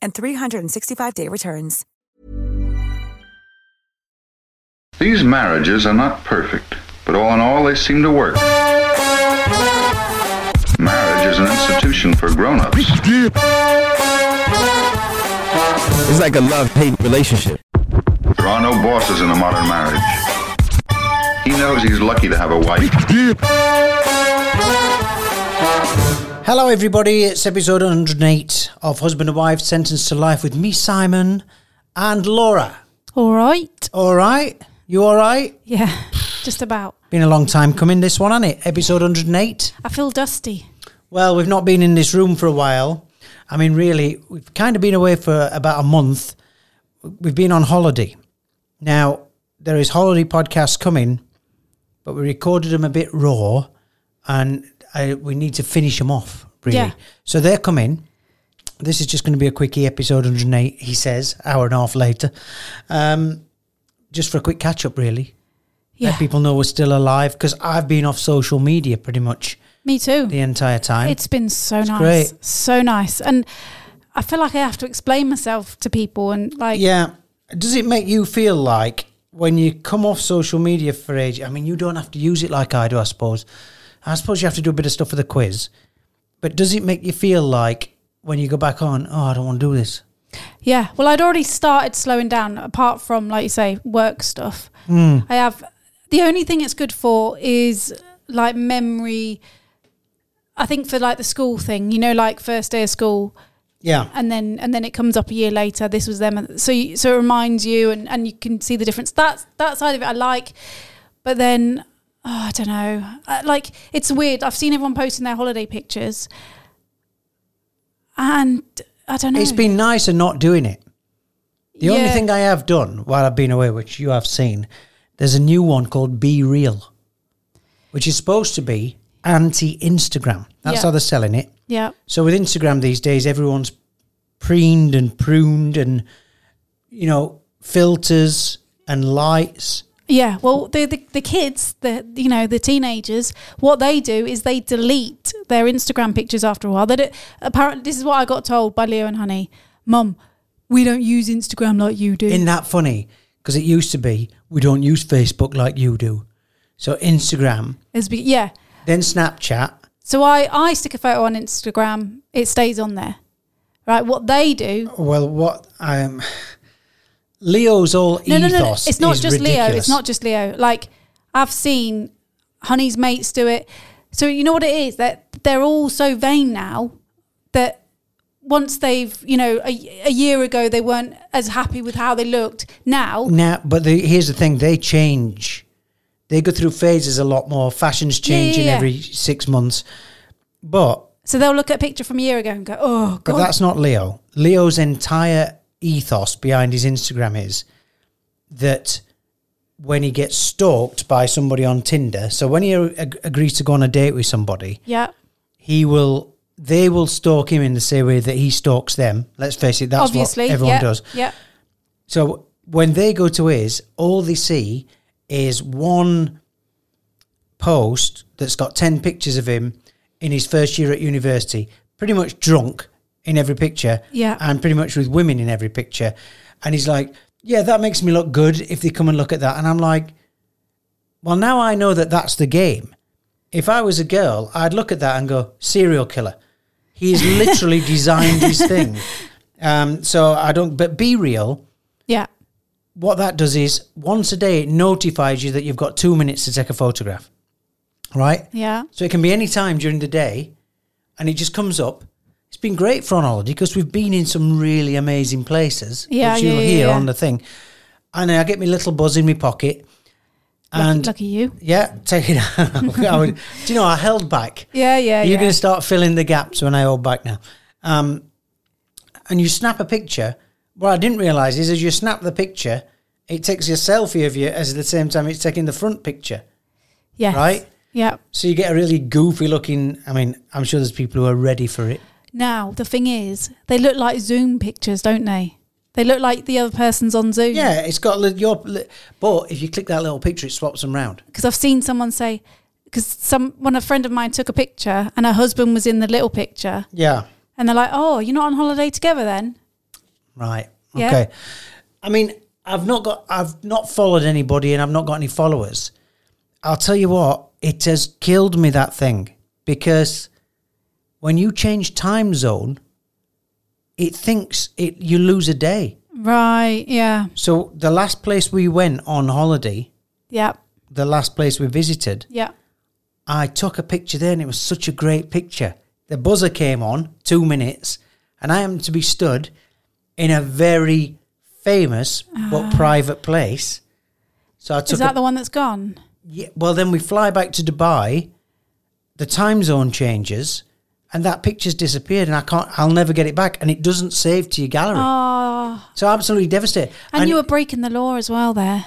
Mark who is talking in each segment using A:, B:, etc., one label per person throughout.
A: and 365-day returns.
B: These marriages are not perfect, but all in all, they seem to work. Marriage is an institution for grown ups.
C: It's like a love hate relationship.
B: There are no bosses in a modern marriage. He knows he's lucky to have a wife.
D: Hello, everybody. It's episode 108 of Husband and Wife Sentenced to Life with me, Simon, and Laura.
E: All right.
D: All right? You all right?
E: Yeah, just about.
D: Been a long time coming, this one, hasn't it? Episode 108.
E: I feel dusty.
D: Well, we've not been in this room for a while. I mean, really, we've kind of been away for about a month. We've been on holiday. Now, there is holiday podcasts coming, but we recorded them a bit raw and I, we need to finish them off, really.
E: Yeah.
D: So they're coming. This is just going to be a quickie episode 108, he says, hour and a half later. Um, just for a quick catch up, really.
E: Yeah.
D: Let people know we're still alive because I've been off social media pretty much
E: Me too.
D: the entire time.
E: It's been so
D: It's
E: nice.
D: great.
E: So nice. And I feel like I have to explain myself to people and like
D: Yeah. Does it make you feel like when you come off social media for age? I mean, you don't have to use it like I do, I suppose. I suppose you have to do a bit of stuff for the quiz. But does it make you feel like when you go back on, oh, I don't want to do this?
E: Yeah. Well, I'd already started slowing down, apart from, like you say, work stuff. I have the only thing it's good for is like memory. I think for like the school thing, you know, like first day of school,
D: Yeah.
E: and then and then it comes up a year later. This was them, so you, so it reminds you, and and you can see the difference. That's that side of it I like, but then oh, I don't know. I, like it's weird. I've seen everyone posting their holiday pictures, and I don't know.
D: It's been nicer not doing it. The only
E: Yeah.
D: thing I have done while I've been away, which you have seen, there's a new one called Be Real, which is supposed to be anti Instagram. That's
E: Yeah.
D: how they're selling it.
E: yeah.
D: So with Instagram these days, everyone's preened and pruned, and you know filters and lights.
E: Yeah, well, the, the the kids, the you know the teenagers, what they do is they delete their Instagram pictures after a while. They don't, apparently this is what I got told by Leo and Honey, Mum, we don't use Instagram like you do.
D: Isn't that funny? Because it used to be we don't use Facebook like you do, so Instagram,
E: It's be, yeah,
D: then Snapchat.
E: so I I stick a photo on Instagram, it stays on there, right? What they do,
D: Well, what um, Leo's all
E: no, no,
D: ethos.
E: no, no, it's not
D: is
E: just Leo,
D: ridiculous.
E: it's not just Leo. Like I've seen Honey's mates do it, so you know what it is that they're all so vain now that once they've, you know, a, a year ago they weren't as happy with how they looked. Now,
D: Now, but the, here's the thing: they change. They go through phases a lot more. Fashions
E: Yeah, yeah,
D: changing
E: yeah.
D: every six months, but
F: So they'll look at a picture from a year ago and go, oh,
D: But
F: God.
D: that's not Leo. Leo's entire ethos behind his Instagram is that when he gets stalked by somebody on Tinder, so when he ag- agrees to go on a date with somebody,
F: yeah.
D: he will they will stalk him in the same way that he stalks them. Let's face it, that's
F: obviously.
D: what everyone
F: yeah,
D: does.
F: Yeah.
D: So when they go to his, all they see is one post that's got 10 pictures of him in his first year at university, pretty much drunk in every picture.
F: Yeah.
D: And pretty much with women in every picture. And he's like, yeah, that makes me look good if they come and look at that. And I'm like, well, now I know that that's the game. If I was a girl, I'd look at that and go, serial killer. He's literally designed his thing. Um, so I don't, but be real
F: Yeah.
D: what that does is once a day it notifies you that you've got two minutes to take a photograph right
F: Yeah.
D: so it can be any time during the day and it just comes up it's been great for an holiday because we've been in some really amazing places
F: Yeah,
D: which
F: yeah,
D: you'll
F: yeah,
D: hear
F: yeah.
D: on the thing and i get my little buzz in my pocket
F: And
D: and
F: lucky, you.
D: yeah take it out I would, do you know i held back
F: Yeah, yeah,
D: you're
F: yeah.
D: going to start filling the gaps when I hold back now. Um, and you snap a picture. What I didn't realise is as you snap the picture, it takes a selfie of you as at the same time it's taking the front picture.
F: yes.
D: right?
F: Yeah.
D: So you get a really goofy looking. I mean, I'm sure there's people who are ready for it.
F: Now, the thing is, they look like Zoom pictures, don't they? They look like the other person's on Zoom.
D: Yeah, it's got li- your. li- But if you click that little picture, it swaps them round.
F: Because I've seen someone say, because some when a friend of mine took a picture and her husband was in the little picture,
D: Yeah.
F: and they're like, "Oh, you're not on holiday together then?"
D: Right.
F: Yeah.
D: Okay. I mean, I've not got, I've not followed anybody, and I've not got any followers. I'll tell you what, it has killed me that thing because when you change time zone, it thinks it you lose a day.
F: Right. Yeah.
D: So the last place we went on holiday,
F: Yeah.
D: the last place we visited,
F: Yeah.
D: I took a picture there and it was such a great picture. The buzzer came on, two minutes, and I am to be stood in a very famous but private place. So I took
F: Ah. Is that
D: a-
F: the one that's gone?
D: yeah, well, then we fly back to Dubai. The time zone changes, and that picture's disappeared, and I can't. I'll never get it back, and it doesn't save to your gallery. So I'm absolutely devastated.
F: Ah. And, you were breaking the law as well there.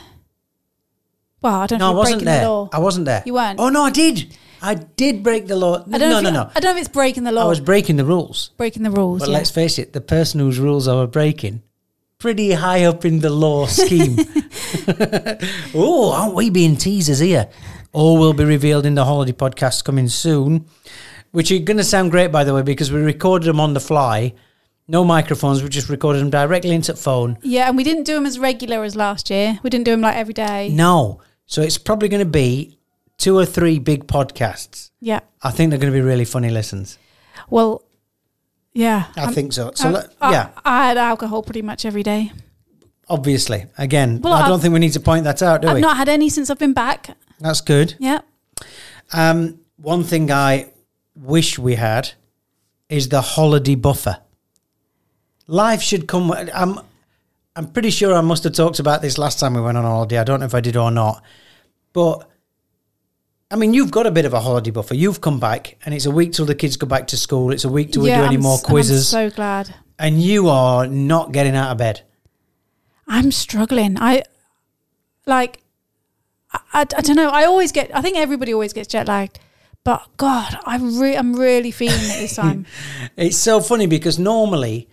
F: Well, I don't
D: no,
F: know. if
D: I
F: you're
D: wasn't
F: breaking
D: there.
F: the law.
D: I wasn't there.
F: You weren't?
D: Oh no, I did. I did break the law.
F: I don't know
D: no,
F: if
D: no,
F: you-
D: no.
F: I don't know if it's breaking the law.
D: I was breaking the rules.
F: breaking the rules.
D: But
F: yeah.
D: let's face it, the person whose rules I were breaking, pretty high up in the law scheme. oh, aren't we being teasers here? All will be revealed in the holiday podcast coming soon, which are going to sound great, by the way, because we recorded them on the fly. No microphones, we just recorded them directly into the phone.
F: yeah, and we didn't do them as regular as last year. We didn't do them like every day.
D: No. So it's probably going to be two or three big podcasts.
F: Yeah.
D: I think they're going to be really funny listens.
F: Well, yeah.
D: I
F: I'm-
D: think so. So,
F: I-
D: let-
F: I-
D: yeah,
F: Um, uh, I had alcohol pretty much every day.
D: obviously. Again,
F: Well,
D: I
F: I've-
D: don't think we need to point that out, do
F: I've
D: we?
F: not had any since I've been back.
D: That's good.
F: Yeah.
D: Um, one thing I wish we had is the holiday buffer. Life should come. I'm, I'm pretty sure I must have talked about this last time we went on holiday. I don't know if I did or not, but I mean, you've got a bit of a holiday buffer. You've come back, and it's a week till the kids go back to school. It's a week till
F: yeah,
D: we do any
F: I'm
D: more
F: s- and I'm
D: quizzes,
F: so glad.
D: and you are not getting out of bed.
F: I'm struggling. I like, I, I, I don't know. I always get. I think everybody always gets jet lagged, but God, I re- I'm really feeling it this time.
D: It's so funny because normally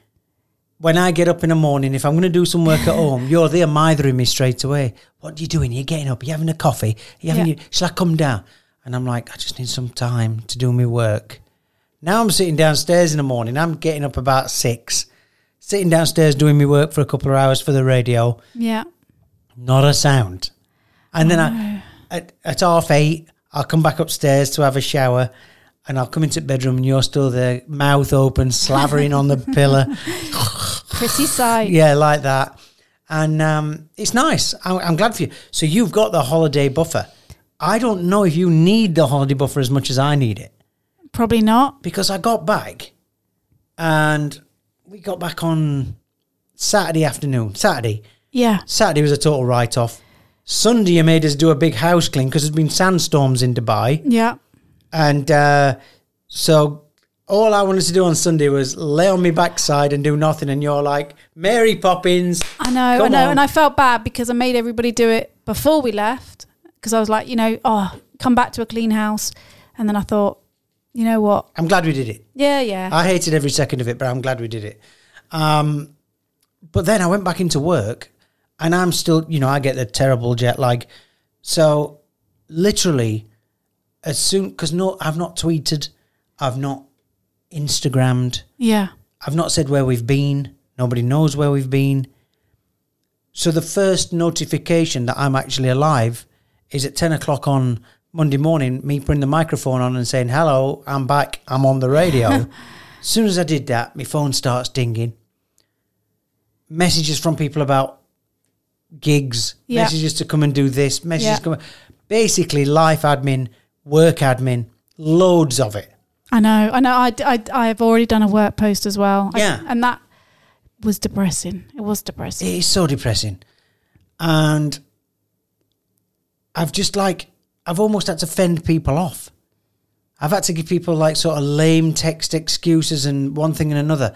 D: when I get up in the morning, if I'm going to do some work at home, you're there mithering me straight away. What are you doing? You're getting up. You're having a coffee. You're having
F: Yeah.
D: your, shall I come down? And I'm like, I just need some time to do my work. Now I'm sitting downstairs in the morning. I'm getting up about six, sitting downstairs doing my work for a couple of hours for the radio.
F: yeah.
D: Not a sound. And then I, at, at half eight, I'll come back upstairs to have a shower and I'll come into the bedroom and you're still there, mouth open, slavering on the pillow.
F: Pretty sight.
D: Yeah, like that. And um, it's nice. I'm, I'm glad for you. So you've got the holiday buffer. I don't know if you need the holiday buffer as much as I need it
F: Probably not.
D: because I got back and we got back on Saturday afternoon. Saturday.
F: Yeah.
D: Saturday was a total write off. Sunday, you made us do a big house clean because there's been sandstorms in Dubai.
F: Yeah.
D: And uh, so all I wanted to do on Sunday was lay on my backside and do nothing, and you're like Mary Poppins.
A: I know, I
D: Come
A: know,
D: on.
A: and I felt bad because I made everybody do it before we left because I was like, you know, oh, come back to a clean house, and then I thought, you know what?
D: I'm glad we did it.
A: Yeah, yeah.
D: I hated every second of it, but I'm glad we did it. Um, but then I went back into work, and I'm still, you know, I get the terrible jet lag. So, literally, as soon because no, I've not tweeted, I've not Instagrammed,
A: yeah.
D: I've not said where we've been. Nobody knows where we've been. So the first notification that I'm actually alive is at ten o'clock on Monday morning. Me putting the microphone on and saying, "Hello, I'm back. I'm on the radio." as soon as I did that, my phone starts dinging. Messages from people about gigs,
A: Yeah.
D: messages to come and do this, messages
A: Yeah.
D: to come. Basically, life admin, work admin, loads of it.
A: I know, I know. I, I, I have already done a work post as well. I-
D: Yeah.
A: and that was depressing. It was depressing.
D: It is so depressing. And I've just like, I've almost had to fend people off. I've had to give people like sort of lame text excuses and one thing and another.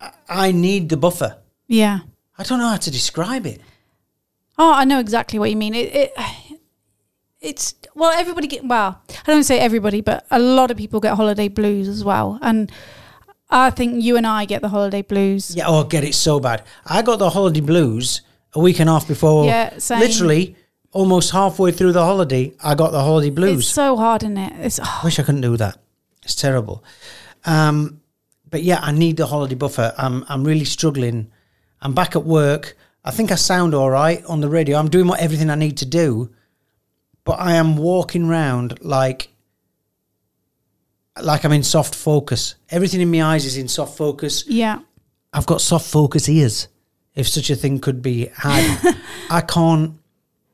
D: I- I need the buffer.
A: yeah.
D: I don't know how to describe it.
A: Oh, I know exactly what you mean. It, it it's well, everybody get well. I don't say everybody, but a lot of people get holiday blues as well, and I think you and I get the holiday blues.
D: Yeah, oh, I get it so bad. I got the holiday blues a week and a half before.
A: Yeah, same.
D: Literally, almost halfway through the holiday, I got the holiday blues.
A: It's so hard, isn't it? It's
D: I wish I couldn't do that. It's terrible. Um, but yeah, I need the holiday buffer. I'm I'm really struggling. I'm back at work. I think I sound all right on the radio. I'm doing what everything I need to do, but I am walking round like like I'm in soft focus. Everything in my eyes is in soft focus.
A: yeah,
D: I've got soft focus ears, if such a thing could be had. I can't.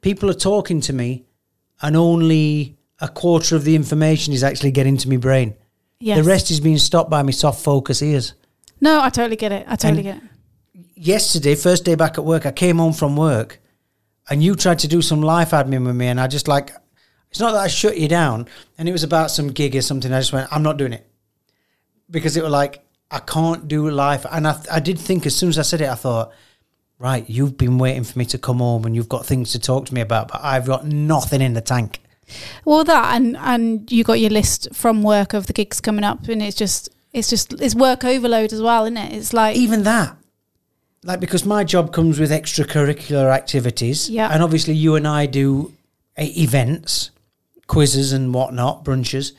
D: People are talking to me, and only a quarter of the information is actually getting to my brain.
A: yes.
D: The rest is being stopped by my soft focus ears.
A: No, I totally get it. I totally get it.
D: Yesterday, first day back at work, I came home from work, and you tried to do some life admin with me, and I just like, it's not that I shut you down, and it was about some gig or something. I just went, I'm not doing it, because it was like I can't do life, and I, I did think as soon as I said it, I thought, right, you've been waiting for me to come home, and you've got things to talk to me about, but I've got nothing in the tank.
A: Well, that and and you got your list from work of the gigs coming up, and it's just it's just it's work overload as well, isn't it? It's like
D: even that like because my job comes with extracurricular activities
A: Yeah.
D: and obviously you and i do uh, events quizzes and whatnot brunches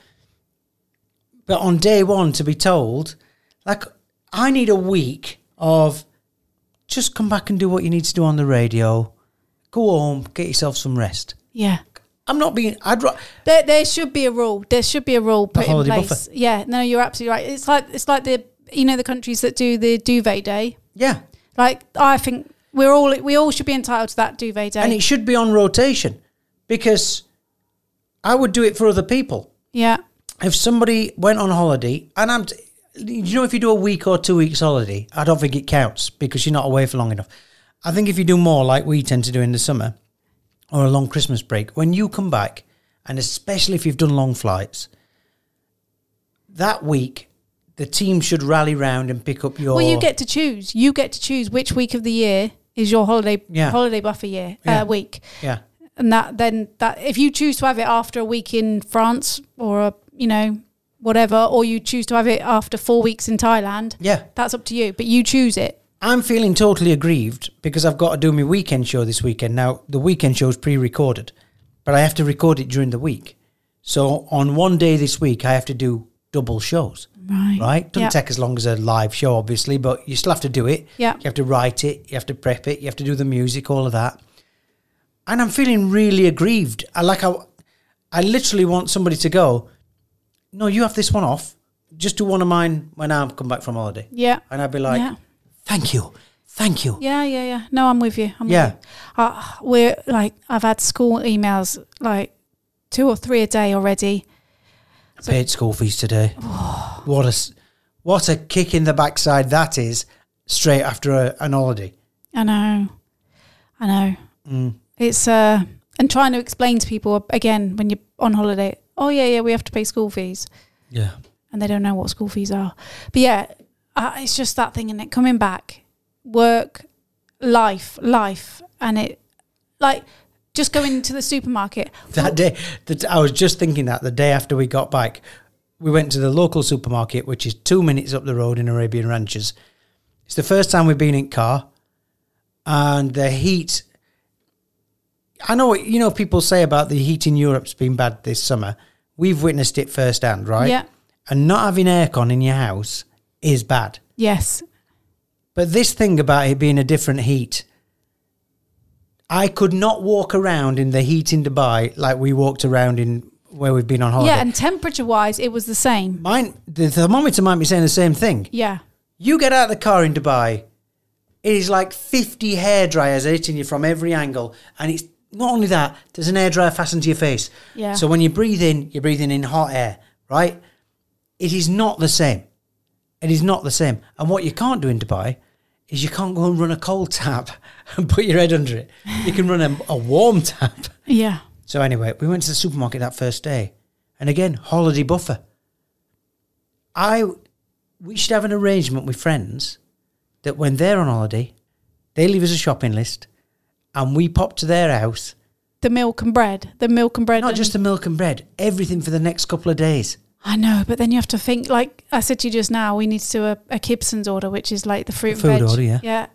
D: but on day one to be told like i need a week of just come back and do what you need to do on the radio go home get yourself some rest
A: yeah.
D: i'm not being i'd ro-
A: There, there should be a rule. There should be a rule put in
D: holiday
A: place.
D: buffer.
A: Yeah, no, you're absolutely right. It's like it's like the you know the countries that do the duvet day.
D: yeah
A: Like I think we're all we all should be entitled to that duvet day.
D: and it should be on rotation because i would do it for other people
A: yeah,
D: if somebody went on holiday and I'm, t- you know, if you do a week or two weeks holiday, I don't think it counts because you're not away for long enough. I think if you do more like we tend to do in the summer or a long Christmas break, when you come back, and especially if you've done long flights, that week the team should rally round and pick up your.
A: well, you get to choose. You get to choose which week of the year is your holiday
D: Yeah.
A: holiday buffer year
D: Yeah.
A: uh, week,
D: yeah.
A: and that then that if you choose to have it after a week in France or a, you know whatever, or you choose to have it after four weeks in Thailand.
D: Yeah.
A: that's up to you, but you choose it.
D: I'm feeling totally aggrieved because I've got to do my weekend show this weekend. Now, the weekend show is pre recorded, but I have to record it during the week. So, on one day this week, I have to do double shows.
A: Right.
D: Right? Doesn't
A: Yeah.
D: take as long as a live show, obviously, but you still have to do it.
A: Yeah.
D: You have to write it, you have to prep it, you have to do the music, all of that. And I'm feeling really aggrieved. I like, I, I literally want somebody to go, no, you have this one off. Just do one of mine when I come back from holiday.
A: Yeah.
D: And I'd be like,
A: Yeah.
D: thank you, thank you.
A: Yeah, yeah, yeah. No, I'm with you. I'm
D: Yeah.
A: With you. Uh, we're like, I've had school emails like two or three a day already.
D: I paid school fees today. what a s- what a kick in the backside that is. Straight after a, an holiday, Mm.
A: I know. I know. It's, uh, and trying to explain to people again when you're on holiday, oh, yeah, yeah, we have to pay school fees.
D: yeah,
F: and they don't know what school fees are. But yeah, uh, it's just that thing, and it coming back, work, life, life, and it like just going to the supermarket.
D: That day, that I was just thinking that the day after we got back, we went to the local supermarket, which is two minutes up the road in Arabian Ranches. It's the first time we've been in car, and the heat. I know what- you know people say about the heat in Europe's been bad this summer. We've witnessed it firsthand, right?
F: Yeah.
D: And not having aircon in your house is bad.
F: Yes,
D: But this thing about it being a different heat, I could not walk around in the heat in Dubai like we walked around in where we've been on holiday.
F: yeah, and temperature wise, it was the same.
D: Mine, the thermometer might be saying the same thing.
F: Yeah,
D: You get out of the car in Dubai, it is like 50 hair dryers hitting you from every angle. And it's not only that, there's an hairdryer fastened to your face.
F: Yeah.
D: So when you breathe in, you're breathing in hot air, right? It is not the same. It is not the same. And what you can't do in Dubai is you can't go and run a cold tap and put your head under it. You can run a, a warm tap.
F: yeah,
D: So anyway, we went to the supermarket that first day, and again, holiday buffer. I, we should have an arrangement with friends that when they're on holiday, they leave us a shopping list, and we pop to their house.
F: the milk and bread, the milk and bread,
D: Not
F: and-
D: just the milk and bread, everything for the next couple of days.
F: I know, but then you have to think. Like I said to you just now, we need to do a, a Gibson's order, which is like the fruit
D: Food
F: and veg.
D: order, yeah.
F: Yeah.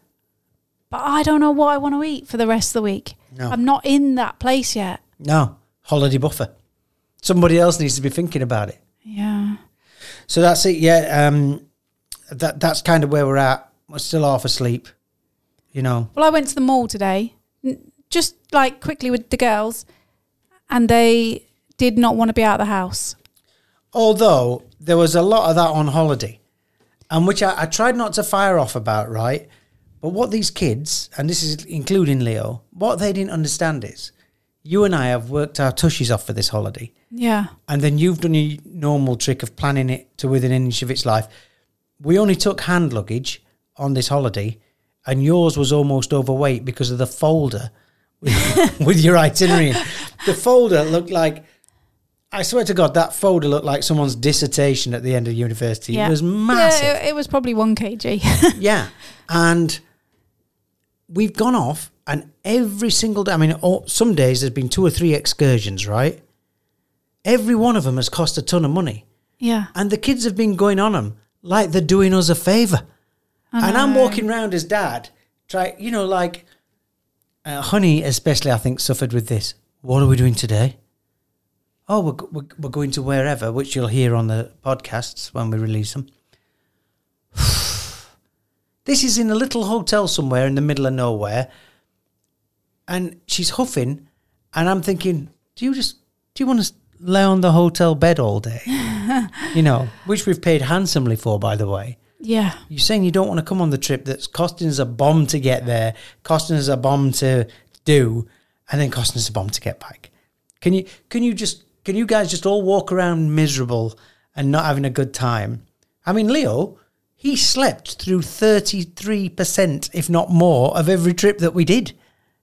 F: But I don't know what I want to eat for the rest of the week.
D: No.
F: I'm not in that place yet.
D: No, holiday buffer. Somebody else needs to be thinking about it.
F: Yeah.
D: So that's it. Yeah, um, that that's kind of where we're at. We're still half asleep, you know.
F: Well, I went to the mall today, n- just like quickly with the girls, and they did not want to be out of the house.
D: although there was a lot of that on holiday, and which I, I tried not to fire off about, right? But what these kids, and this is including Leo, what they didn't understand is you and I have worked our tushies off for this holiday,
F: Yeah.
D: and then you've done your normal trick of planning it to within an inch of its life. We only took hand luggage on this holiday, and yours was almost overweight because of the folder with, with your itinerary. in. The folder looked like, I swear to God, that folder looked like someone's dissertation at the end of university.
F: Yeah.
D: It was
F: Yeah,
D: massive.
F: it- it was probably one kg.
D: Yeah. And we've gone off, and every single day, I mean, all, some days there's been two or three excursions, right? Every one of them has cost a ton of money.
F: yeah.
D: And the kids have been going on them like they're doing us a favour. And I'm walking round as dad, try, you know, like, uh, honey, especially, I think, suffered with this. What are we doing today? Oh, we're, go- we're, we're going to wherever, which you'll hear on the podcasts when we release them. this is in a little hotel somewhere in the middle of nowhere. And she's huffing. And I'm thinking, do you just, do you want to lay on the hotel bed all day? you know, which we've paid handsomely for, by the way.
F: Yeah.
D: You're saying you don't want to come on the trip that's costing us a bomb to get there, costing us a bomb to do, and then costing us a bomb to get back. Can you can you just can you guys just all walk around miserable and not having a good time? I mean, Leo, he slept through 33%, if not more, of every trip that we did,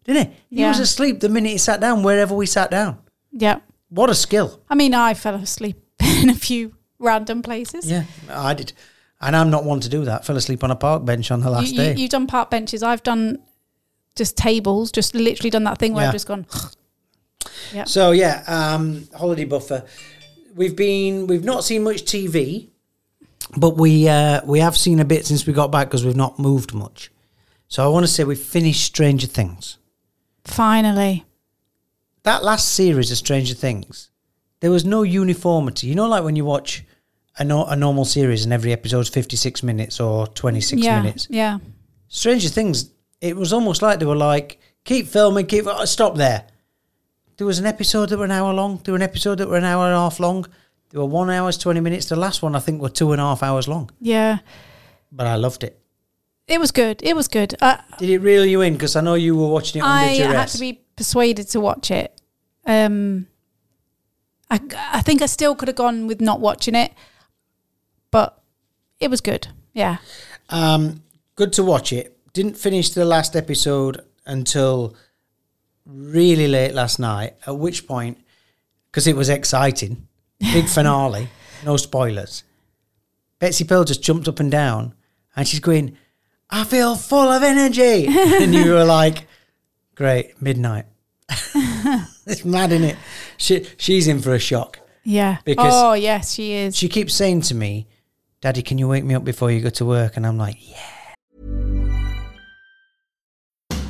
D: didn't he? He was
F: Yeah.
D: asleep the minute he sat down, wherever we sat down.
F: Yeah.
D: What a skill.
F: I mean, I fell asleep in a few random places.
D: Yeah, I did. And I'm not one to do that. Fell asleep on a park bench on the last
F: you,
D: day.
F: You, you've done park benches. I've done just tables, just literally done that thing where
D: Yeah.
F: I've just gone,
D: So yeah, um, holiday buffer. We've been we've not seen much TV, but we uh, we have seen a bit since we got back because we've not moved much. So I want to say we finished Stranger Things.
F: finally.
D: That last series of Stranger Things, there was no uniformity. You know, like when you watch a, no- a normal series and every episode's fifty six minutes or twenty six
F: yeah.
D: minutes.
F: Yeah.
D: Stranger Things, it was almost like they were like, keep filming, keep, oh, stop there. There was an episode that were an hour long. There were an episode that were an hour and a half long. There were one hours, 20 minutes. The last one, I think, were two and a half hours long.
F: Yeah.
D: But I loved it.
F: It was good. It was good. I,
D: Did it reel you in? Because I know you were watching it under
F: I
D: duress.
F: had to be persuaded to watch it. Um, I, I think I still could have gone with not watching it, but it was good. Yeah.
D: Um, good to watch it. Didn't finish the last episode until really late last night, at which point, because it was exciting, big finale, no spoilers. Betsy Pearl just jumped up and down and she's going, I feel full of energy. and you were like, great, midnight. it's mad, isn't it? She, she's in for a shock.
C: Yeah.
D: Because-
C: oh yes, she is.
D: She keeps saying to me, Daddy, can you wake me up before you go to work? And I'm like, yeah.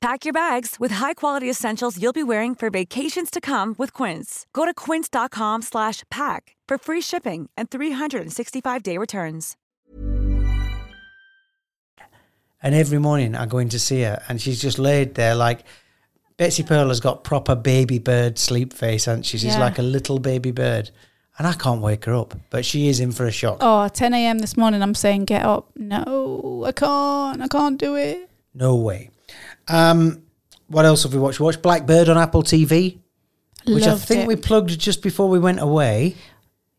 A: Pack your bags with high-quality essentials you'll be wearing for vacations to come with Quince. Go to quince.com/pack slash pack for free shipping and 365-day returns.
D: And every morning I go in to see her and she's just laid there like, Betsy Pearl has got proper baby bird sleep face, hasn't she? She's
C: Yeah.
D: like a little baby bird. And I can't wake her up, but she is in for a shock.
C: Oh, 10 a.m. this morning, I'm saying, get up. No, I can't. I can't do it.
D: No way. Um, what else have we watched? We watched Blackbird on Apple TV, which I
C: Loved
D: think
C: it.
D: we plugged just before we went away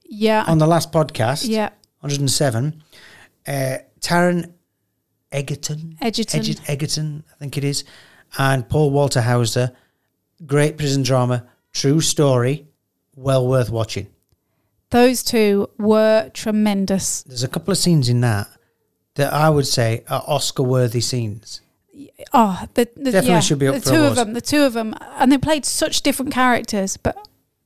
C: Yeah.
D: on the last podcast.
C: yeah.
D: 107. Uh, Taron Egerton.
C: Egerton.
D: Egerton. Egerton, I think it is. And Paul Walter Hauser. Great prison drama. True story. Well worth watching.
C: Those two were tremendous.
D: There's a couple of scenes in that that I would say are Oscar worthy scenes.
C: Oh, the, the
D: Definitely
C: yeah,
D: should be up
C: the
D: for
C: two of
D: awards.
C: them. The two of them, and they played such different characters, but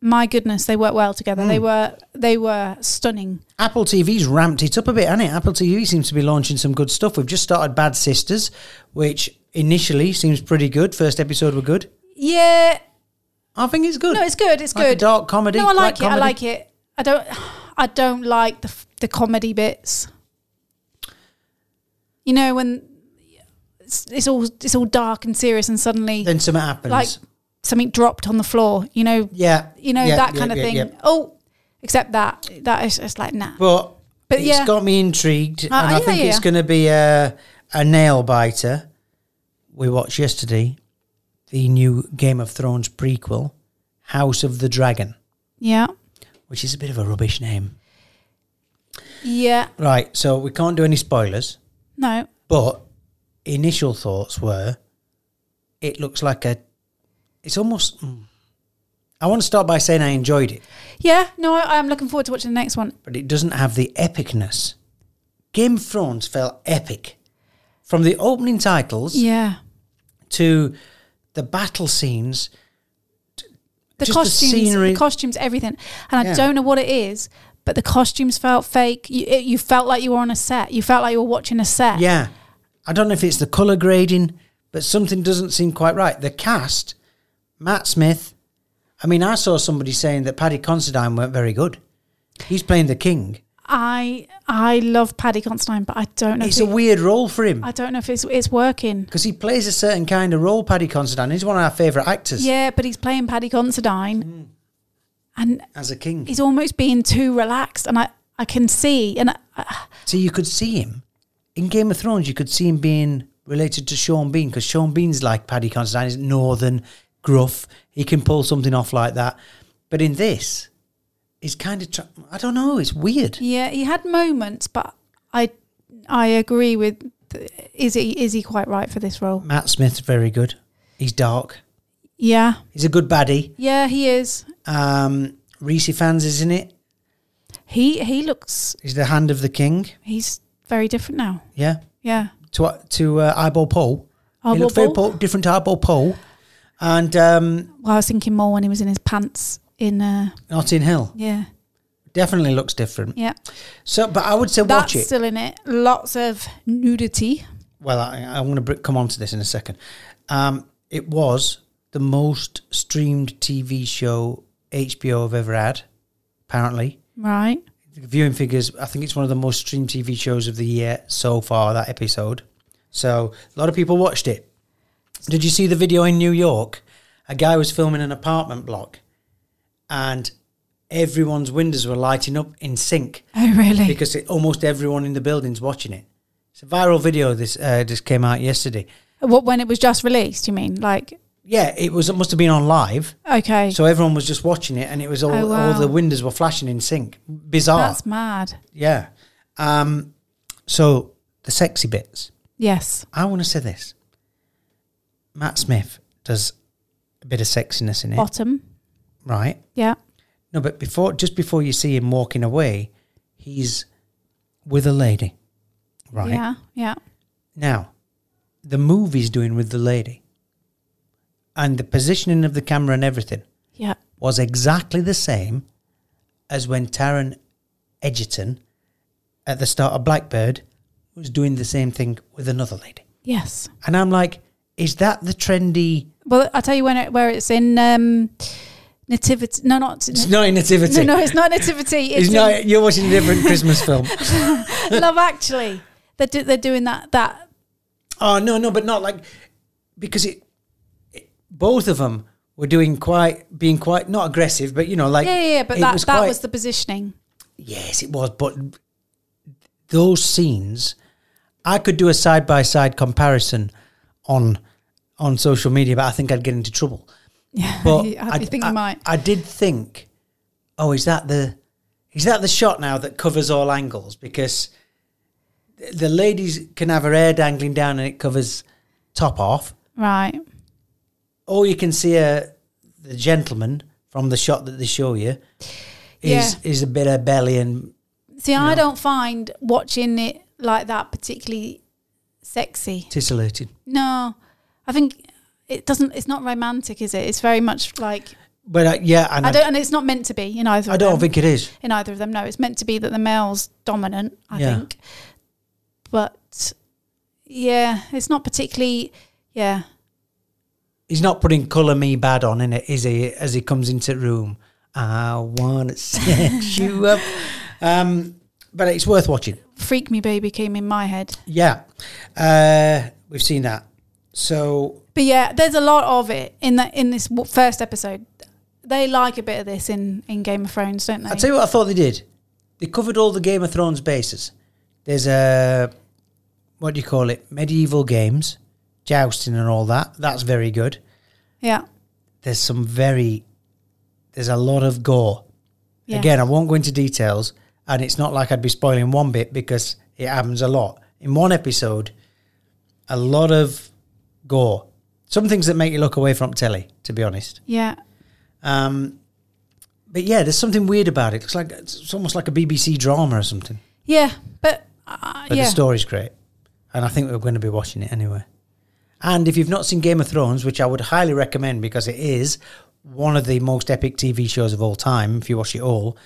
C: my goodness, they worked well together. They were they were stunning.
D: Mm. Apple TV's ramped it up a bit, hasn't it? Apple TV seems to be launching some good stuff. We've just started Bad Sisters, which initially seems pretty good. First episode were good.
C: Yeah.
D: I think it's good.
C: No, it's good. It's
D: Like a
C: good.
D: dark comedy,
C: No, I
D: light
C: like it. I
D: comedy.
C: like it. I don't. I don't like the f- the comedy bits. You know when it's, it's all it's all dark and serious, and suddenly
D: Then something happens.
C: like something dropped on the floor. You know.
D: yeah,
C: You know
D: yeah,
C: that
D: yeah,
C: kind
D: yeah,
C: of thing.
D: yeah.
C: Oh, except that that is just like nah.
D: But,
C: But
D: it's
C: yeah.
D: got me intrigued,
C: Uh,
D: and I
C: yeah,
D: think it's
C: yeah.
D: going to be a a nail biter. We watched yesterday the new Game of Thrones prequel, House of the Dragon,
C: yeah.
D: which is a bit of a rubbish name.
C: Yeah.
D: Right, so we can't do any spoilers.
C: No.
D: But initial thoughts were, it looks like a. It's almost. mm. I want to start by saying I enjoyed it,
C: Yeah. No. I, I'm looking forward to watching the next one.
D: but it doesn't have the epicness. Game of Thrones felt epic, from the opening titles
C: Yeah.
D: to the battle scenes.
C: the
D: Just the
C: costumes, the,
D: scenery.
C: costumes, everything. And
D: Yeah.
C: I don't know what it is, but the costumes felt fake. You, it, you felt like you were on a set. You felt like you were watching a set.
D: Yeah, I don't know if it's the color grading, but something doesn't seem quite right. The cast, Matt Smith. I mean, I saw somebody saying that Paddy Considine weren't very good. He's playing the king.
C: I I love Paddy Constantine, but I don't know.
D: It's
C: if
D: a
C: it-
D: weird role for him.
C: I don't know if it's it's working.
D: because he plays a certain kind of role. Paddy Considine, he's one of our favourite actors Hmm.
C: Yeah, but he's playing Paddy Considine, and
D: as a king.
C: he's almost being too relaxed. And I I can see, and I, I-
D: So you could see him in Game of Thrones. You could see him being related to Sean Bean because Sean Bean's like Paddy Considine. He's northern, gruff. He can pull something off like that. But in this, he's kind of. Tra- I don't know. It's weird.
C: yeah, he had moments, but I I agree with. Is he is he quite right for this role?
D: Matt Smith's very good. He's dark.
C: Yeah,
D: He's a good baddie.
C: yeah, he is.
D: Um, Reese fans is in it.
C: He he looks
D: He's the hand of the king.
C: he's very different now.
D: Yeah.
C: Yeah.
D: To to uh, eyeball Paul. he
C: Eyeball
D: looks very
C: Paul?
D: po- different to eyeball Paul. And um,
C: Well, I was thinking more when he was in his pants in uh
D: Notting Hill
C: yeah.
D: definitely looks different.
C: Yeah.
D: So, but I would say
C: That's
D: watch it.
C: still in it. Lots of nudity.
D: well, I, I want to br- come on to this in a second. Um, it was
C: the most streamed TV show HBO have ever had, apparently.
D: Right.
C: Viewing figures, I think it's one of the most streamed TV shows of the year so far, that episode. So a lot of people watched it. Did you see the video in New York? A guy was filming an apartment block and everyone's windows were lighting up in sync
D: Oh, really?
C: because it, almost everyone in the building's watching it. It's a viral video. This uh, just came out yesterday.
D: what when it was just released? You mean like
C: Yeah, it was. It must have been on live,
D: okay?
C: so everyone was just watching it, and it was all.
D: Oh, wow.
C: All the windows were flashing in sync. Bizarre.
D: that's mad.
C: yeah. Um. So the sexy bits.
D: Yes.
C: I want to say this. Matt Smith does a bit of sexiness in it,
D: Bottom.
C: right?
D: Yeah.
C: No, but before, just before you see him walking away, he's with a lady, right?
D: Yeah. Yeah.
C: Now, the movie's doing with the lady and the positioning of the camera and everything
D: Yeah.
C: was exactly the same as when Taron Egerton at the start of Blackbird was doing the same thing with another lady.
D: Yes.
C: And I'm like, is that the trendy?
D: Well, I'll tell you when it, where it's in um, Nativity. No, not.
C: It's not in Nativity.
D: no, no, it's not Nativity. It's,
C: It's not,
D: in
C: you're watching a different Christmas film.
D: Love Actually. They're, do, they're doing that. That
C: Oh no, no, but not like because it, it- both of them were doing quite being quite not aggressive, but you know, like
D: yeah, yeah, yeah but
C: it
D: that that
C: quite-
D: was the positioning.
C: yes, it was. But those scenes, I could do a side by side comparison on on social media, but I think I'd get into trouble.
D: Yeah,
C: But
D: I, think you might.
C: I did think, oh, is that the is that the shot now that covers all angles? Because th- the ladies can have her hair dangling down and it covers top off,
D: right.
C: or you can see her the gentleman from the shot that they show you is is a bit of belly and
D: See, I don't find watching it like that particularly sexy.
C: titillating.
D: No, I think it doesn't. It's not romantic, is it? It's very much like
C: But uh, yeah, and
D: I don't, and it's not meant to be in either.
C: I
D: of
C: don't
D: them.
C: think it is.
D: in either of them. No, it's meant to be that the male's dominant. I
C: Yeah.
D: think, but yeah, it's not particularly. Yeah,
C: He's not putting colour me bad on in it, is he? As he comes into the room, I want to set you up. Um, but it's worth watching.
D: freak me, baby came in my head.
C: Yeah, uh, we've seen that. So
D: But yeah, there's a lot of it in that in this w- first episode. They like a bit of this in in Game of Thrones, don't they?
C: I'll tell you what I thought they did. They covered all the Game of Thrones bases. There's a what do you call it? Medieval games, jousting and all that. That's very good.
D: yeah,
C: There's some very there's a lot of gore.
D: yeah.
C: Again, I won't go into details, and it's not like I'd be spoiling one bit because it happens a lot. In one episode, a lot of gore. Some things that make you look away from telly, to be honest.
D: yeah.
C: Um, but yeah, there's something weird about it. It's like it's almost like a BBC drama or something.
D: Yeah, but uh,
C: But
D: yeah,
C: the story's great, and I think we're going to be watching it anyway. And if you've not seen Game of Thrones, which I would highly recommend because it is one of the most epic TV shows of all time, if you watch it all,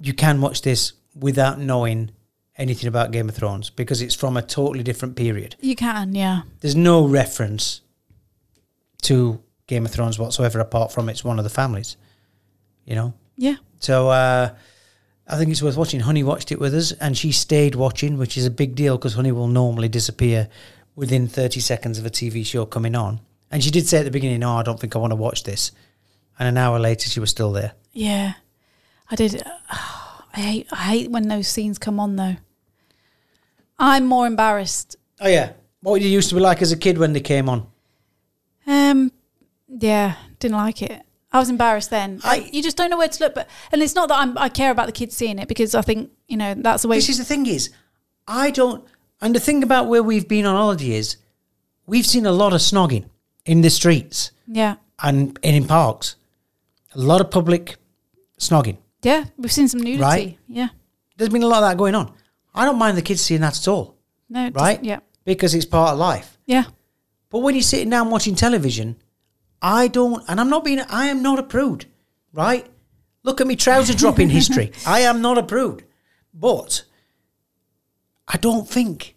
C: you can watch this without knowing anything about Game of Thrones because it's from a totally different period.
D: you can. Yeah,
C: There's no reference to Game of Thrones whatsoever, apart from it's one of the families, you know.
D: yeah.
C: So uh, I think it's worth watching. Honey watched it with us, and she stayed watching, which is a big deal because Honey will normally disappear within 30 seconds of a TV show coming on. And she did say at the beginning, "No, I don't think I want to watch this." And an hour later, she was still there.
D: Yeah, I did. I hate. I hate when those scenes come on though. I'm more embarrassed.
C: Oh yeah, what you used to be like as a kid when they came on?
D: Um, yeah, didn't like it. I was embarrassed then.
C: I-
D: Like, you just don't know where to look. But and it's not that I'm, I care about the kids seeing it because I think you know that's the way.
C: This is the thing is, I don't. And the thing about where we've been on holiday is, we've seen a lot of snogging in the streets
D: yeah,
C: and, and in parks, a lot of public snogging.
D: yeah. We've seen some nudity.
C: Right.
D: Yeah.
C: there's been a lot of that going on. I don't mind the kids seeing that at all,
D: No. it doesn't-
C: right?
D: Yeah.
C: Because it's part of life.
D: Yeah.
C: But when you're sitting down watching television, I don't, and I'm not being, I am not a prude, right? Look at me trouser dropping history. I am not a prude. But I don't think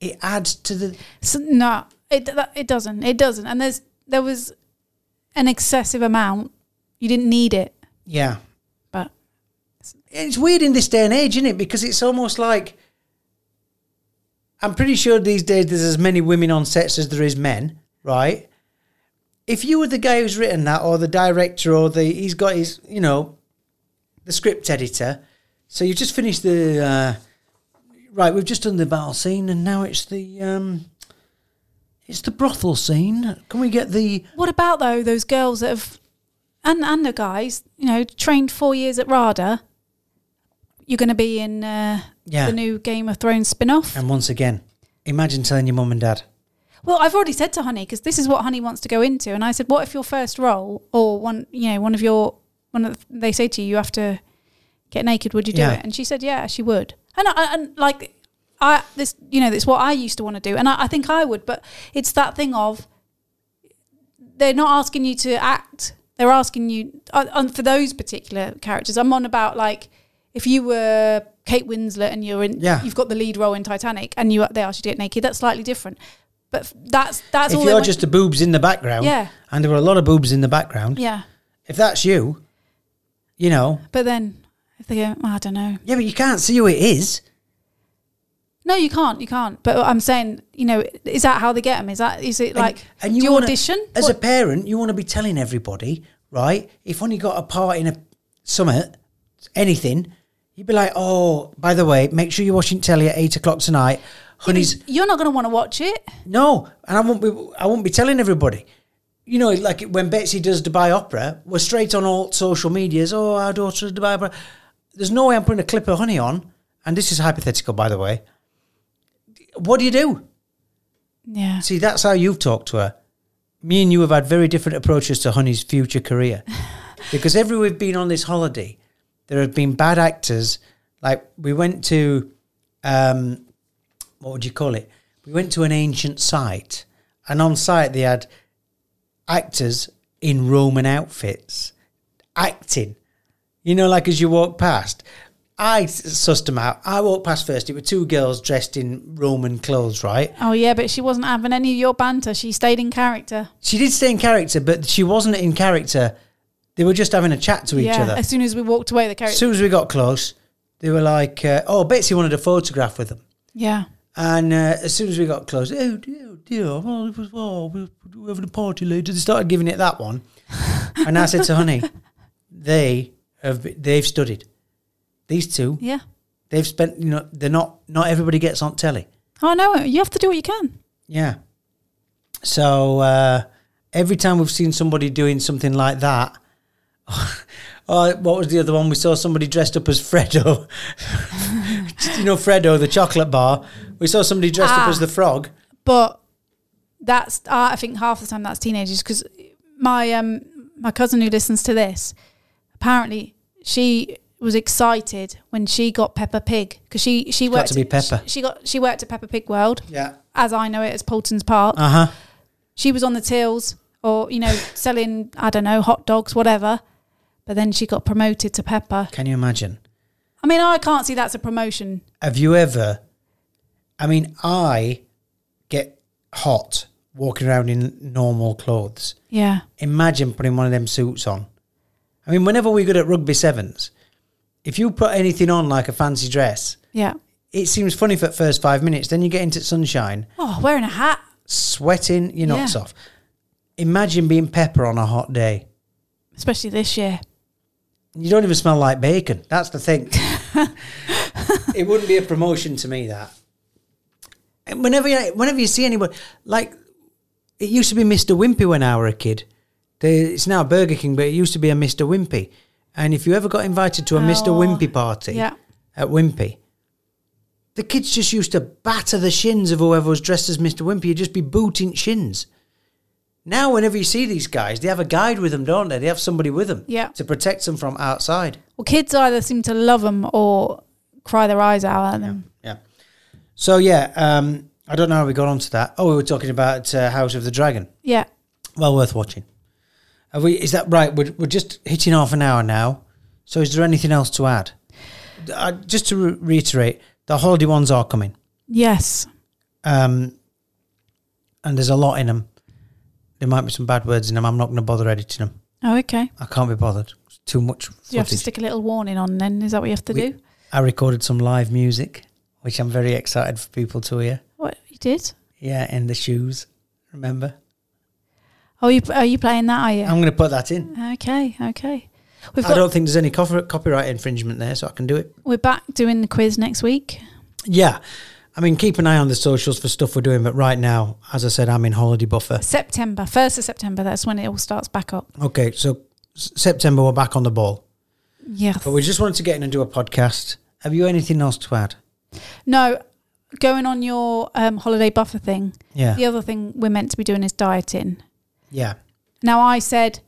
C: it adds to the,
D: So, no, it that, it doesn't. It doesn't. And there's there was an excessive amount. You didn't need it,
C: Yeah.
D: but
C: It's weird in this day and age, isn't it? Because it's almost like I'm pretty sure these days there's as many women on sets as there is men, right? If you were the guy who's written that, or the director, or the he's got his, you know, the script editor. So you just finished the uh, right. We've just done the battle scene, and now it's the um, it's the brothel scene. Can we get the
D: What about though those girls that have and and the guys, you know, trained four years at RADA? You're going to be in uh,
C: Yeah. Um,
D: the new Game of Thrones spin-off.
C: and once again? Imagine telling your mum and dad.
D: well, I've already said to Honey because this is what Honey wants to go into, and I said, what if your first role or one, you know, one of your one of the, they say to you, you have to get naked. Would you do
C: Yeah.
D: it? And she said, yeah, she would. And I, and like I this, you know, that's what I used to want to do, and I, I think I would, but it's that thing of they're not asking you to act. They're asking you on, on for those particular characters. I'm on about like if you were Kate Winslet and you're in,
C: Yeah.
D: you've got the lead role in Titanic, and you they asked you to get naked. That's slightly different, but f- that's that's
C: if
D: all.
C: you're
D: they
C: just the boobs in the background,
D: Yeah.
C: and there were a lot of boobs in the background,
D: want. yeah,
C: if that's you, you know,
D: but then if they go, "Oh, I don't know.
C: yeah, but you can't see who it is.
D: No, you can't, you can't. But I'm saying, you know, is that how they get them? Is that is it like do you
C: wanna-
D: audition
C: as a
D: What-
C: parent, you want to be telling everybody, right? If only got a part in a summit, anything, you'd be like, oh, by the way, make sure you're watching telly at eight o'clock tonight, honey's.
D: You're not going to want to watch it.
C: No, and I won't be. I won't be telling everybody. You know, like when Betsy does Dubai Opera, we're straight on all social medias. Oh, our daughter does Dubai Opera. There's no way I'm putting a clip of honey on, and this is hypothetical, by the way. What do you do?
D: Yeah.
C: See, that's how you've talked to her. Me and you have had very different approaches to honey's future career, because every we've been on this holiday, there have been bad actors. Like we went to, um, what would you call it? We went to an ancient site, and on site they had actors in Roman outfits acting. You know, like as you walk past. I s- sussed them out. I walked past first. It were two girls dressed in Roman clothes, right?
D: Oh yeah, but she wasn't having any of your banter. She stayed in character.
C: She did stay in character, but she wasn't in character. They were just having a chat to each
D: yeah.
C: other.
D: As soon as we walked away, the
C: As
D: character.
C: soon as we got close, they were like, uh, "Oh, Betsy wanted a photograph with them."
D: yeah.
C: And uh, as soon as we got close, oh dear, oh, dear, oh, it was, oh, we- we're having a party later. They started giving it that one, and I said to Honey, "They have be- they've studied these two.
D: Yeah.
C: They've spent. You know, they're not not everybody gets on telly.
D: Oh no, you have to do what you can.
C: Yeah. So uh, every time we've seen somebody doing something like that, oh, what was the other one? We saw somebody dressed up as Fredo. you know, Fredo, the chocolate bar. We saw somebody dressed up
D: Ah.
C: as the frog.
D: But that's uh, I think half the time that's teenagers because my um my cousin who listens to this apparently she was excited when she got Peppa Pig because she she
C: got
D: worked
C: to be Peppa.
D: She, she got she worked at Peppa Pig World
C: Yeah.
D: as I know it as Poulton's Park.
C: Uh huh.
D: she was on the tills or you know selling I don't know hot dogs whatever. But then she got promoted to Pepper.
C: Can you imagine?
D: I mean, I can't see that's a promotion.
C: Have you ever? I mean, I get hot walking around in normal clothes.
D: Yeah.
C: imagine putting one of them suits on. I mean, whenever we're good at rugby sevens, if you put anything on like a fancy dress,
D: Yeah.
C: it seems funny for the first five minutes. Then you get into sunshine,
D: Oh, wearing a hat.
C: sweating your nuts
D: Yeah.
C: off. Imagine being pepper on a hot day.
D: especially this year.
C: You don't even smell like bacon. That's the thing. it wouldn't be a promotion to me that. And whenever you, whenever you see anybody like, it used to be Mr. Wimpy when I were a kid. They, it's now Burger King, but it used to be a Mr. Wimpy. And if you ever got invited to a Mr.
D: Oh,
C: Wimpy party
D: yeah.
C: at Wimpy, the kids just used to batter the shins of whoever was dressed as Mr. Wimpy. You'd just be booting shins. Now, whenever you see these guys, they have a guide with them, don't they? They have somebody with them
D: Yeah.
C: to protect them from outside.
D: Well, kids either seem to love them or cry their eyes out at them.
C: Yeah. So yeah, um, I don't know how we got onto that. Oh, we were talking about uh, House of the Dragon.
D: Yeah.
C: Well worth watching. Have we? Is that right? We're, we're just hitting half an hour now. So is there anything else to add? Uh, just to re- reiterate, the holiday ones are coming,
D: Yes.
C: um, and there's a lot in them. There might be some bad words in them. I'm not going to bother editing them.
D: Oh, okay.
C: I can't be bothered. It's too much footage.
D: You have to stick a little warning on then. Is that what you have to
C: We-
D: do?
C: I recorded some live music, which I'm very excited for people to hear.
D: What you did?
C: Yeah, in the shoes. Remember?
D: Oh, you are you playing that? Are you?
C: I'm going to put that in.
D: okay, okay. We've
C: Um, I
D: got.
C: don't think there's any copy- copyright infringement there, so I can do it.
D: We're back doing the quiz next week.
C: Yeah. I mean, keep an eye on the socials for stuff we're doing, but right now, as I said, I'm in holiday buffer.
D: September first of September. That's when it all starts back up.
C: Okay, so S- September, we're back on the ball.
D: Yeah.
C: But we just wanted to get in and do a podcast. Have you anything else to add?
D: No, going on your um, holiday buffer thing.
C: Yeah.
D: The other thing we're meant to be doing is dieting.
C: Yeah.
D: Now I said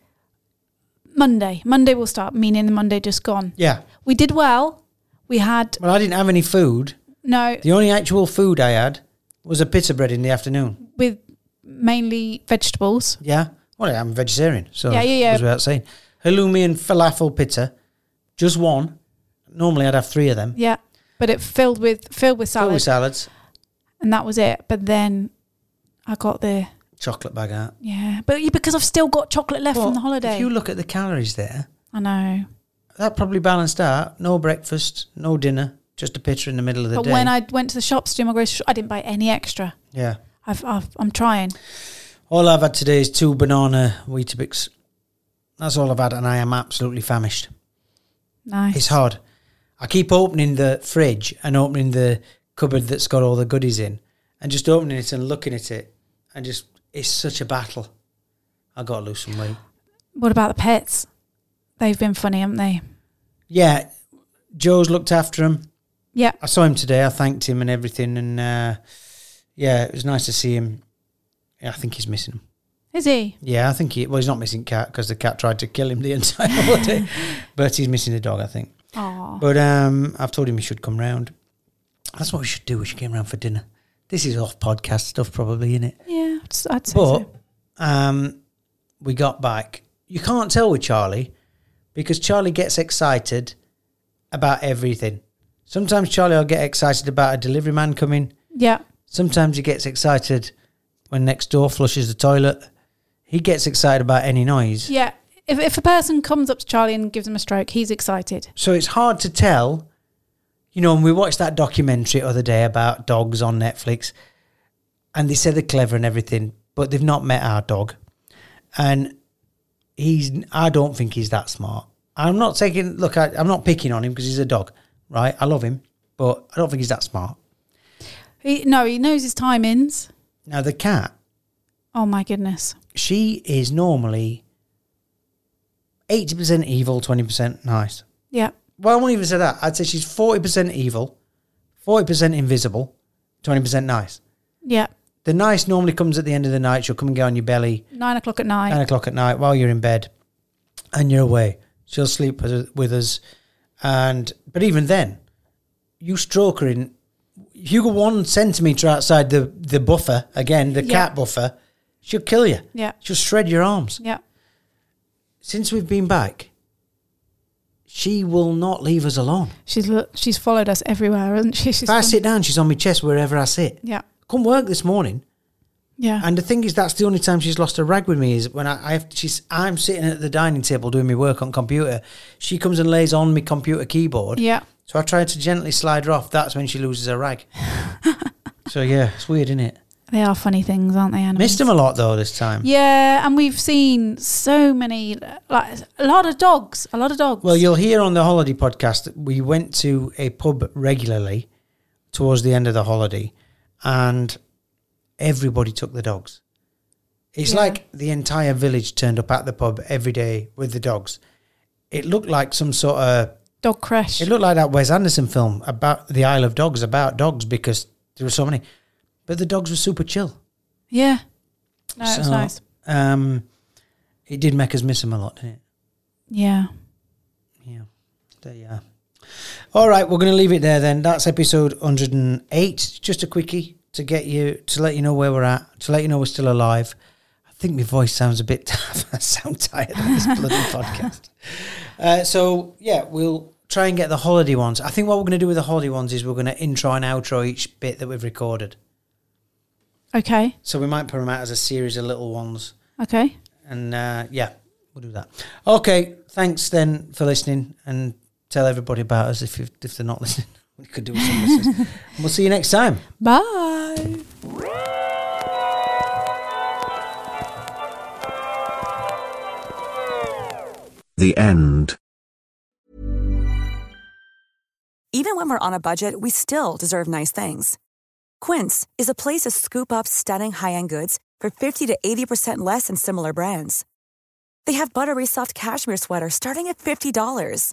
D: Monday. Monday will start, meaning the Monday just gone.
C: Yeah.
D: We did well. We had
C: Well, I didn't have any food.
D: no
C: The only actual food I had was a pita bread in the afternoon.
D: with mainly vegetables.
C: Yeah. Well, I'm vegetarian, so
D: Yeah, yeah, yeah.
C: goes without saying. Halloumi and falafel pita, just one. Normally, I'd have three of them.
D: Yeah, but it filled with filled with
C: Salad.
D: salad,
C: salads,
D: and that was it. But then I got the
C: chocolate bag out.
D: yeah, but yeah, because I've still got chocolate left
C: But
D: from the holiday.
C: If you look at the calories there,
D: I know,
C: that probably balanced out. No breakfast, no dinner, just a pita in the middle of the
D: but
C: day.
D: when I went to the shops to do my groceries, I didn't buy any extra.
C: yeah.
D: I've, I've I'm trying.
C: All I've had today is two banana Weetabix. That's all I've had, and I am absolutely famished.
D: Nice.
C: It's hard. I keep opening the fridge and opening the cupboard that's got all the goodies in, and just opening it and looking at it, and just it's such a battle. I got to lose some weight.
D: What about the pets? They've been funny, haven't they?
C: Yeah, Joe's looked after him.
D: Yeah.
C: I saw him today. I thanked him and everything, and uh, yeah, it was nice to see him. Yeah, I think he's missing him.
D: Is he?
C: Yeah, I think he. Well, he's not missing cat because the cat tried to kill him the entire holiday, but he's missing the dog. I think.
D: Oh,
C: But um, I've told him he should come round. That's what we should do. We should get him round for dinner. This is off podcast stuff, probably, isn't it?
D: yeah. I'd s- I'd say
C: But
D: so.
C: um, we got back. You can't tell with Charlie because Charlie gets excited about everything. Sometimes Charlie will get excited about a delivery man coming.
D: Yeah.
C: Sometimes he gets excited when next door flushes the toilet. He gets excited about any noise.
D: Yeah. If, if a person comes up to Charlie and gives him a stroke, he's excited.
C: So it's hard to tell, you know. And we watched that documentary the other day about dogs on Netflix, and they say they're clever and everything, but they've not met our dog, and he's. I don't think he's that smart. I'm not taking look. I, I'm not picking on him because he's a dog, right? I love him, but I don't think he's that smart.
D: He, no, he knows his timings.
C: Now the cat,
D: Oh my goodness.
C: she is normally eighty percent evil, twenty percent nice.
D: Yeah.
C: well, I won't even say that. I'd say she's forty percent evil, forty percent invisible, twenty percent nice.
D: Yeah.
C: The nice normally comes at the end of the night. She'll come and get on your belly
D: Nine o'clock at night.
C: nine o'clock at night while you're in bed, and you're away. She'll sleep with, with us, and but even then, you stroke her in. If you go one centimeter outside the the buffer again, the
D: Yeah.
C: cat buffer, she'll kill you.
D: Yeah.
C: she'll shred your arms.
D: Yeah.
C: Since we've been back, she will not leave us alone.
D: She's lo- she's followed us everywhere, hasn't she? She's
C: if I
D: gone-
C: sit down, she's on my chest wherever I sit.
D: Yeah.
C: Come work this morning.
D: Yeah.
C: And the thing is, that's the only time she's lost a rag with me is when I, I have, she's I'm sitting at the dining table doing my work on computer. She comes and lays on my computer keyboard.
D: yeah.
C: So I try to gently slide her off. That's when she loses her rag. so yeah, it's weird, isn't it?
D: They are funny things, aren't they? Animals?
C: Missed him a lot though this time.
D: Yeah, and we've seen so many, like a lot of dogs, a lot of dogs.
C: Well, you'll hear on the holiday podcast that we went to a pub regularly towards the end of the holiday, and everybody took the dogs. It's
D: Yeah.
C: like the entire village turned up at the pub every day with the dogs. It looked like some sort of.
D: dog crash.
C: It looked like that Wes Anderson film about the Isle of Dogs, about dogs, because there were so many. But the dogs were super chill.
D: yeah. No, it was
C: So,
D: nice.
C: Um, it did make us miss them a lot, didn't it?
D: Yeah.
C: Yeah, there you are. All right, we're going to leave it there then. That's episode 108. Just a quickie to get you to let you know where we're at, to let you know we're still alive. I think my voice sounds a bit. I sound tired on this bloody podcast. Uh, so yeah, we'll try and get the holiday ones. I think what we're going to do with the holiday ones is we're going to intro and outro each bit that we've recorded.
D: Okay.
C: So we might put them out as a series of little ones.
D: Okay.
C: And uh, yeah, we'll do that. Okay, thanks then for listening and tell everybody about us if you if they're not listening. We could do with some listeners. And we'll see you next time.
D: Bye.
G: The end.
H: Even when we're on a budget, we still deserve nice things. Quince is a place to scoop up stunning high-end goods for 50 to 80% less than similar brands. They have buttery soft cashmere sweaters starting at $50,